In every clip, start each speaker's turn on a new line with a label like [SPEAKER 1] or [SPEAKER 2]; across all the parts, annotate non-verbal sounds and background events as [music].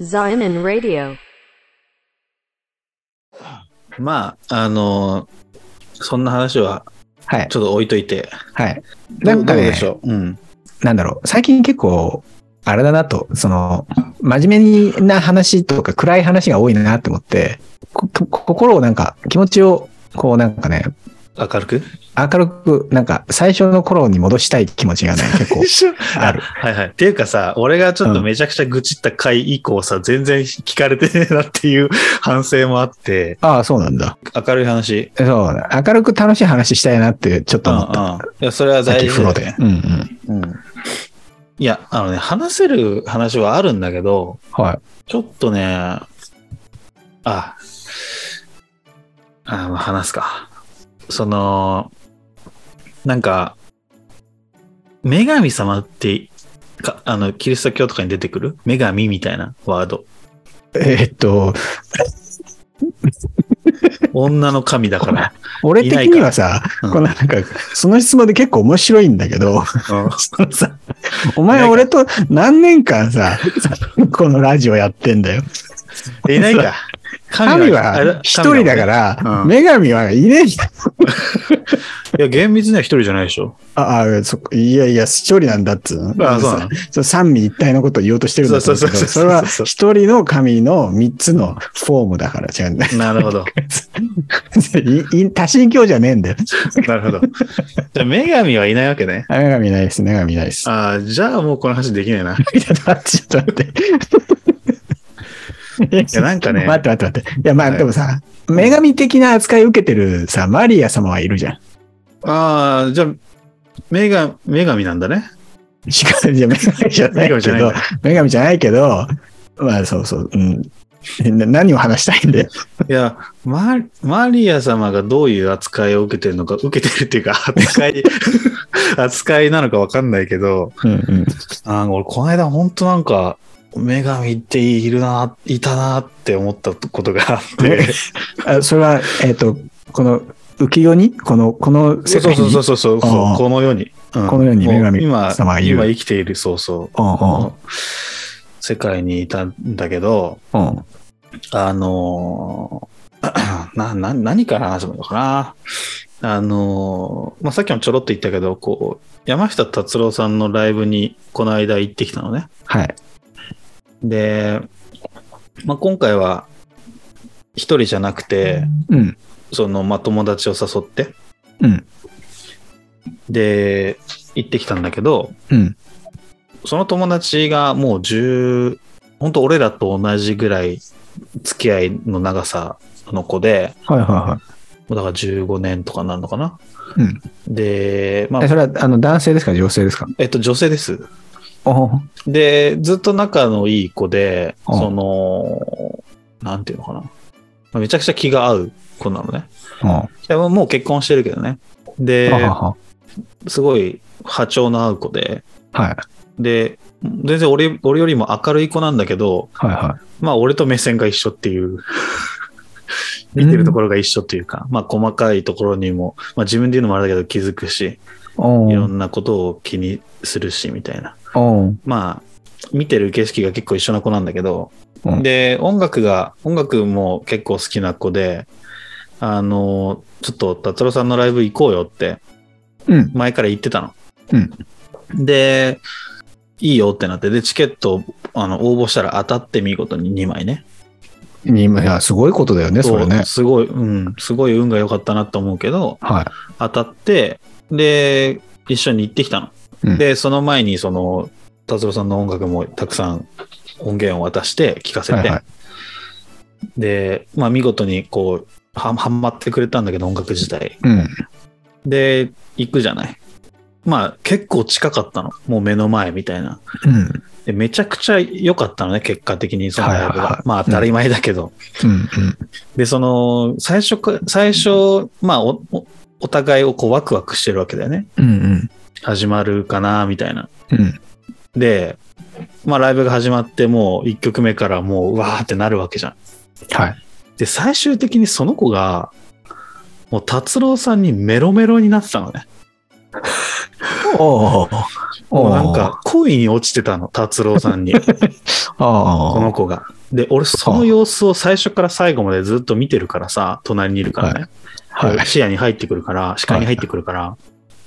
[SPEAKER 1] Zion Radio.
[SPEAKER 2] まあ、あのーそんな話は
[SPEAKER 3] はい
[SPEAKER 2] ち。ょっと置いといて。
[SPEAKER 3] はい。
[SPEAKER 2] ど
[SPEAKER 3] な
[SPEAKER 2] うん
[SPEAKER 3] か
[SPEAKER 2] どう
[SPEAKER 3] ね
[SPEAKER 2] で、しょう。うん。
[SPEAKER 3] なんだろう。最近結構、あれだなと、その、真面目な話とか暗い話が多いなって思って、ここ心をなんか、気持ちを、こうなんかね、
[SPEAKER 2] 明るく
[SPEAKER 3] 明るく、なんか、最初の頃に戻したい気持ち
[SPEAKER 2] [laughs]
[SPEAKER 3] がね、結構ある。
[SPEAKER 2] はいはい。っていうかさ、俺がちょっと
[SPEAKER 3] うん
[SPEAKER 2] めちゃくちゃ愚痴った回以降さ、全然聞かれてねえなっていう反省もあって、
[SPEAKER 3] ああ、そうなんだ。
[SPEAKER 2] 明るい話。
[SPEAKER 3] そう、明るく楽しい話したいなって、ちょっと
[SPEAKER 2] うんう
[SPEAKER 3] 思
[SPEAKER 2] ん
[SPEAKER 3] った。。
[SPEAKER 2] いや、それは
[SPEAKER 3] さっ
[SPEAKER 2] 大
[SPEAKER 3] き
[SPEAKER 2] 事
[SPEAKER 3] 風
[SPEAKER 2] だよ
[SPEAKER 3] 呂で
[SPEAKER 2] ね。。
[SPEAKER 3] うんうん。
[SPEAKER 2] うん。いや、あのね、話せる話はあるんだけど、
[SPEAKER 3] はい。
[SPEAKER 2] ちょっとね、あ、あまあ話すか。その、なんか、女神様って、かあの、キリスト教とかに出てくる女神みたいなワード。
[SPEAKER 3] えーっと、
[SPEAKER 2] 女の神だから。
[SPEAKER 3] 俺的にはさ、
[SPEAKER 2] うん
[SPEAKER 3] このなんか、その質問で結構面白いんだけど、
[SPEAKER 2] そのさ
[SPEAKER 3] お前俺と何年間
[SPEAKER 2] [laughs]
[SPEAKER 3] さ、このラジオやってんだよ。
[SPEAKER 2] いないか。
[SPEAKER 3] 神
[SPEAKER 2] あれ
[SPEAKER 3] は一人だから、
[SPEAKER 2] うん
[SPEAKER 3] 女神はいねえんだ。
[SPEAKER 2] いや、厳密には一人じゃないでしょ。
[SPEAKER 3] ああ、そっかいやいや、一人なんだっつうの。
[SPEAKER 2] あそうなの
[SPEAKER 3] その三位一体のことを言おうとしてるんだと思うけ
[SPEAKER 2] そう
[SPEAKER 3] ど、
[SPEAKER 2] そ
[SPEAKER 3] そうれ
[SPEAKER 2] そう
[SPEAKER 3] は
[SPEAKER 2] そう
[SPEAKER 3] 一人の神の三つのフォームだから違うんだよ。 [laughs]
[SPEAKER 2] なるほど。
[SPEAKER 3] いい多神教じゃねえんだよ。
[SPEAKER 2] なるほど。じゃあ、女神はいないわけね。
[SPEAKER 3] 女神ないです、女神ないです。
[SPEAKER 2] ああ、じゃあもうこの話できないな。
[SPEAKER 3] いや、だってちょっと待
[SPEAKER 2] [laughs]
[SPEAKER 3] って。い
[SPEAKER 2] やなんかね
[SPEAKER 3] 待って待って待って。いや、まあ、
[SPEAKER 2] はい
[SPEAKER 3] でもさ、女神的な扱い受けてるさ、マリア様はいるじゃん。
[SPEAKER 2] ああ、じゃあ、女神、女神なん
[SPEAKER 3] [laughs]
[SPEAKER 2] だね。
[SPEAKER 3] 違う、いや、女神じゃない
[SPEAKER 2] 女神じゃ
[SPEAKER 3] け
[SPEAKER 2] ないん
[SPEAKER 3] ど
[SPEAKER 2] だ、
[SPEAKER 3] 女神じゃないけど、まあ、そうそう、うん。な何を話したいんだよ。
[SPEAKER 2] いや、ママリア様がどういう扱いを受けてるのか、受けてるっていう
[SPEAKER 3] [laughs]
[SPEAKER 2] か、扱い、扱いなのかわかんないけど、
[SPEAKER 3] うんうん。
[SPEAKER 2] あー俺、この間本当なんか、女神っているな、いたなって思ったことがあって。
[SPEAKER 3] あそれは、えっ、と、この浮世に、この、この
[SPEAKER 2] そ
[SPEAKER 3] 世
[SPEAKER 2] うそ
[SPEAKER 3] 界
[SPEAKER 2] う
[SPEAKER 3] に。
[SPEAKER 2] そうそうそう、
[SPEAKER 3] ああ
[SPEAKER 2] この世に。うん
[SPEAKER 3] この世に女神
[SPEAKER 2] もう
[SPEAKER 3] 様がいる
[SPEAKER 2] 今、今生きている、そうそう。
[SPEAKER 3] うんうん
[SPEAKER 2] 世界にいたんだけど、
[SPEAKER 3] うん。
[SPEAKER 2] あのー [clears throat] なな何から話せばいいのかな。あのーまあ、さっきもちょろっと言ったけど、こう、山下達郎さんのライブにこの間行ってきたのね。
[SPEAKER 3] はい。
[SPEAKER 2] で、まあ、今回は一人じゃなくて、
[SPEAKER 3] うん。
[SPEAKER 2] その、まあ、友達を誘って、
[SPEAKER 3] うん。
[SPEAKER 2] で、行ってきたんだけど、
[SPEAKER 3] うん。
[SPEAKER 2] その友達がもう10、本当俺らと同じぐらい付き合いの長さの子で、
[SPEAKER 3] はいは
[SPEAKER 2] もうだから15年とかなるのかな。
[SPEAKER 3] いはい。うん。
[SPEAKER 2] で、ま
[SPEAKER 3] え
[SPEAKER 2] あ
[SPEAKER 3] そ、れは、あの、男性ですか女性ですか
[SPEAKER 2] えっと、女性です。
[SPEAKER 3] おう
[SPEAKER 2] で、ずっと仲のいい子で、
[SPEAKER 3] うん
[SPEAKER 2] その、なんていうのかな。まあめちゃくちゃ気が合う子なのね。
[SPEAKER 3] うん。
[SPEAKER 2] でももう結婚してるけどね。で、
[SPEAKER 3] ははは
[SPEAKER 2] すごい波長の合う子で、
[SPEAKER 3] はい。
[SPEAKER 2] で、全然俺俺よりも明るい子なんだけど、
[SPEAKER 3] はいは
[SPEAKER 2] まあ俺と目線が一緒っていう、見てるところが一緒っていうか、まあ細かいところにも、まあ自分で言うのもあれだけど気づくし、
[SPEAKER 3] い。お
[SPEAKER 2] いろ
[SPEAKER 3] うん
[SPEAKER 2] なことを気にするしみたいな。
[SPEAKER 3] おう
[SPEAKER 2] まあ、見てる景色が結構一緒な子なんだけど、
[SPEAKER 3] うん
[SPEAKER 2] で、音楽が、音楽も結構好きな子で、あの、ちょっと達郎さんのライブ行こうよって
[SPEAKER 3] うん。
[SPEAKER 2] 前から言ってたの。
[SPEAKER 3] うん
[SPEAKER 2] で、いいよってなって、で、チケットあの応募したら当たって見事に2枚ね。
[SPEAKER 3] 今、いや、すごいことだよね、それ
[SPEAKER 2] そ
[SPEAKER 3] ね
[SPEAKER 2] う。すごい、うん、すごい運が良かったなと思うけど、
[SPEAKER 3] はい。
[SPEAKER 2] 当たって、で、一緒に行ってきたの。
[SPEAKER 3] うん
[SPEAKER 2] で、その前に、その、達郎さんの音楽もたくさん音源を渡して聴かせて、
[SPEAKER 3] はいはい
[SPEAKER 2] で、まあ見事にこう、ははまってくれたんだけど、音楽自体。
[SPEAKER 3] うん。
[SPEAKER 2] で、行くじゃない。まあ結構近かったの。もう目の前みたいな。
[SPEAKER 3] うん。
[SPEAKER 2] でめちゃくちゃ良かったのね、結果的に、そのライブが。
[SPEAKER 3] はいはいはい
[SPEAKER 2] まあ当たり前だけど。
[SPEAKER 3] うん。
[SPEAKER 2] で、その、最初か、最初、まあお、おお互いをこうワクワクしてるわけだよね。
[SPEAKER 3] うん。うん。
[SPEAKER 2] 始まるかな、みたいな。
[SPEAKER 3] うん。
[SPEAKER 2] で、まあライブが始まってもう1曲目からもううわーってなるわけじゃん。
[SPEAKER 3] はい。
[SPEAKER 2] で、最終的にその子が、もう達郎さんにメロメロになってたのね。
[SPEAKER 3] おうお [laughs]
[SPEAKER 2] もうなん、か恋に落ちてたの、達郎さんに、
[SPEAKER 3] おう
[SPEAKER 2] この子が。で、俺、その様子を最初から最後までずっと見てるからさ、隣にいるからね。
[SPEAKER 3] はいはい
[SPEAKER 2] 視野に入ってくるから、視界に入ってくるから、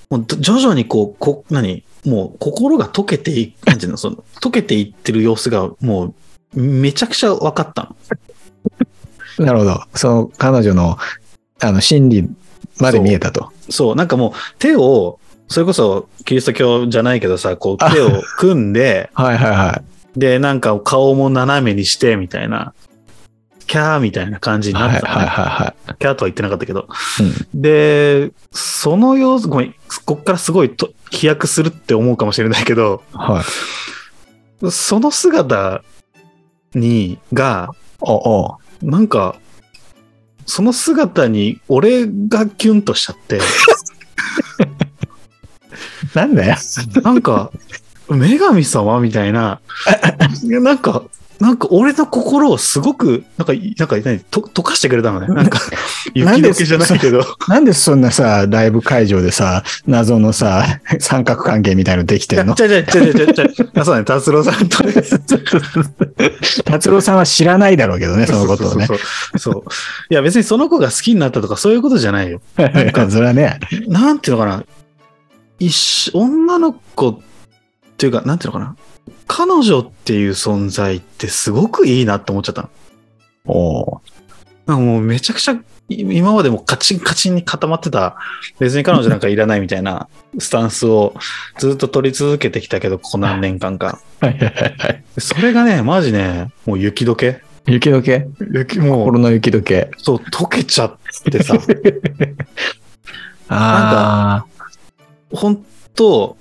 [SPEAKER 2] もうど徐々にこう、こ何もう心が溶けていく、なんていうの、その、溶けていってる様子が、もう、めちゃくちゃ分かったの。
[SPEAKER 3] なるほど。その彼女の、あの、心理まで見えたと。
[SPEAKER 2] そう、なんかもう、手を、それこそ、キリスト教じゃないけどさ、こう、手を組んで、
[SPEAKER 3] はいはいは
[SPEAKER 2] で、なんか顔も斜めにして、みたいな、キャーみたいな感じ
[SPEAKER 3] い。
[SPEAKER 2] に
[SPEAKER 3] は
[SPEAKER 2] ないっ
[SPEAKER 3] は
[SPEAKER 2] て
[SPEAKER 3] い
[SPEAKER 2] たのね、
[SPEAKER 3] はいは
[SPEAKER 2] キャーとは言ってなかったけど。
[SPEAKER 3] い。
[SPEAKER 2] で、その様子、ごめん、こっからすごいと飛躍するって思うかもしれないけど、
[SPEAKER 3] うん。はい。
[SPEAKER 2] その姿に、が、
[SPEAKER 3] おお。
[SPEAKER 2] なんか、その姿に俺がキュンとしちゃって、
[SPEAKER 3] なんだよ。
[SPEAKER 2] なんか、女神様みたいな、いやなんか、なんか俺の心をすごく、なんか、なんか、何と溶かしてくれたのね。なんか、
[SPEAKER 3] な
[SPEAKER 2] 雪
[SPEAKER 3] んで
[SPEAKER 2] 解けじゃないけど。
[SPEAKER 3] [laughs] なんでそんなさ、ライブ会場でさ、謎のさ、三角関係みたいのでき
[SPEAKER 2] い
[SPEAKER 3] て
[SPEAKER 2] や
[SPEAKER 3] んの
[SPEAKER 2] ちゃちゃちゃちゃちゃちゃ。あそうね、達郎さんとね、
[SPEAKER 3] 達郎さんは知らないだろうけどね、そのことを
[SPEAKER 2] [laughs]
[SPEAKER 3] ね。
[SPEAKER 2] そうそうそうそうそういや別にその子が好きになったとかそういうことじゃないよ。
[SPEAKER 3] それはね、
[SPEAKER 2] なんていうのかな。一緒女の子っていうか、なんていうのかな。彼女っていう存在ってすごくいいなって思っちゃったの。
[SPEAKER 3] おう
[SPEAKER 2] なんかもうめちゃくちゃい今までもカチンカチンに固まってた別に彼女なんかいらないみたいなスタンスをずっと取り続けてきたけどここ何年間か
[SPEAKER 3] はいはいはいはい。
[SPEAKER 2] それがねマジねもう雪解け
[SPEAKER 3] 雪解け
[SPEAKER 2] 雪も
[SPEAKER 3] 心
[SPEAKER 2] う
[SPEAKER 3] の雪解け。
[SPEAKER 2] そう溶けちゃってさ
[SPEAKER 3] [laughs]
[SPEAKER 2] [laughs]
[SPEAKER 3] あ
[SPEAKER 2] 本当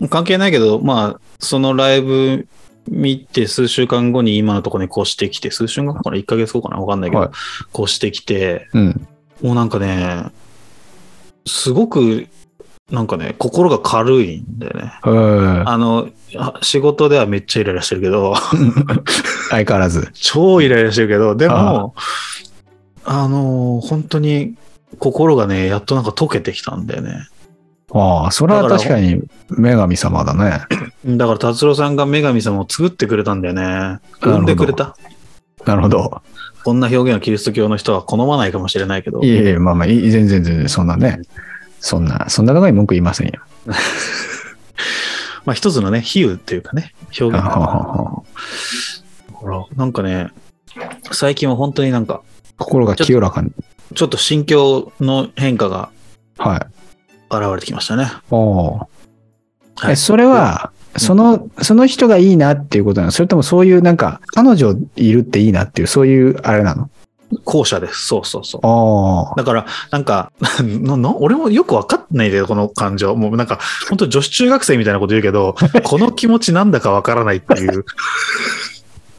[SPEAKER 2] もう関係ないけど、まあ、そのライブ見て数週間後に今のところに越してきて、数週間後から1ヶ月後かなわかんないけど、
[SPEAKER 3] はい
[SPEAKER 2] 越してきて、
[SPEAKER 3] あ。うん。
[SPEAKER 2] もうなんかね、すごく、なんかね、心が軽いんだよね。
[SPEAKER 3] うん
[SPEAKER 2] あの、あ仕事ではめっちゃイライラしてるけ
[SPEAKER 3] [laughs]
[SPEAKER 2] ど、
[SPEAKER 3] 相変わらず。
[SPEAKER 2] 超イライラしてるけど、で
[SPEAKER 3] あ
[SPEAKER 2] も、あの、本当に心がね、やっとなんか溶けてきたんだよね。
[SPEAKER 3] ああ、それは確かに女神様だね。
[SPEAKER 2] だから達郎さんが女神様を作ってくれたんだよね。
[SPEAKER 3] ほど
[SPEAKER 2] 産んでくれた。
[SPEAKER 3] なるほど。
[SPEAKER 2] こんな表現はキリスト教の人は好まないかもしれないけど
[SPEAKER 3] い。えいえ、まあまあ、いい全然全然、そんなね。そんな、そんなことに文句言いませんよ。
[SPEAKER 2] まあ一つのね、比喩っていうかね、表現
[SPEAKER 3] あ
[SPEAKER 2] だ
[SPEAKER 3] はは
[SPEAKER 2] から。
[SPEAKER 3] は
[SPEAKER 2] なんかね、最近は本当になんか、
[SPEAKER 3] 心が清らかに。
[SPEAKER 2] ちょっと心境の変化が
[SPEAKER 3] はい。
[SPEAKER 2] 現れてきましたね。
[SPEAKER 3] おお
[SPEAKER 2] は
[SPEAKER 3] ー。
[SPEAKER 2] い
[SPEAKER 3] え、それは、
[SPEAKER 2] ん
[SPEAKER 3] その、その人がいいなっていうことなのそれともそういうなんか、彼女いるっていいなっていう、そういうあれなの
[SPEAKER 2] 後者です。そうそうそう。
[SPEAKER 3] ああ。
[SPEAKER 2] だから、なんか、 [laughs] のの俺もよくわかんないで、この感情。もうなんか、本当女子中学生みたいなこと言うけ
[SPEAKER 3] [laughs]
[SPEAKER 2] ど、この気持ちなんだかわからないっていう。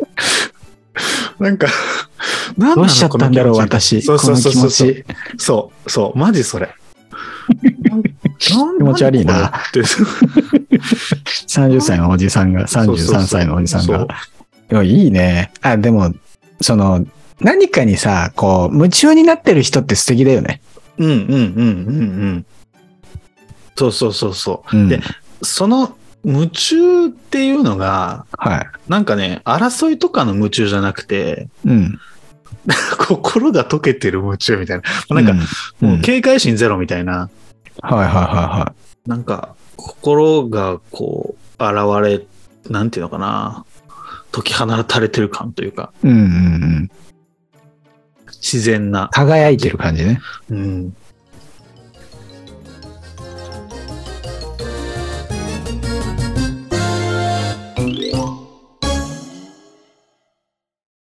[SPEAKER 2] [laughs] なんか、なんなの
[SPEAKER 3] どうしちゃったんだろう、
[SPEAKER 2] この気持ち
[SPEAKER 3] 私。こ
[SPEAKER 2] そう
[SPEAKER 3] の
[SPEAKER 2] そうそうそう
[SPEAKER 3] 気持
[SPEAKER 2] そう。
[SPEAKER 3] ち。
[SPEAKER 2] そう、そう、マジそれ。
[SPEAKER 3] [laughs] 気持ち悪いな
[SPEAKER 2] って。
[SPEAKER 3] 30歳のおじさんが、
[SPEAKER 2] そうそうそう
[SPEAKER 3] 33歳のおじさん
[SPEAKER 2] そう
[SPEAKER 3] が。いやいいね。あ、でも、その、何かにさ、こう、夢中になってる人って素敵だよね。
[SPEAKER 2] うんうんうんうんうん。そうそうそうそ
[SPEAKER 3] うん。
[SPEAKER 2] でう。その夢中っていうのが、
[SPEAKER 3] はい。
[SPEAKER 2] なんかね、争いとかの夢中じゃなくて、 [laughs]
[SPEAKER 3] うん。
[SPEAKER 2] 心が溶けてる夢中みたいな。なんか、
[SPEAKER 3] うん、
[SPEAKER 2] も
[SPEAKER 3] う
[SPEAKER 2] うん警戒心ゼロみたいな。
[SPEAKER 3] はいはいはいは
[SPEAKER 2] なんか、心がこう、現れ、なんていうのかな。解き放たれてる感というか、
[SPEAKER 3] い。うんうんうん。
[SPEAKER 2] 自然な。
[SPEAKER 3] 輝いてる感じね。
[SPEAKER 2] うん。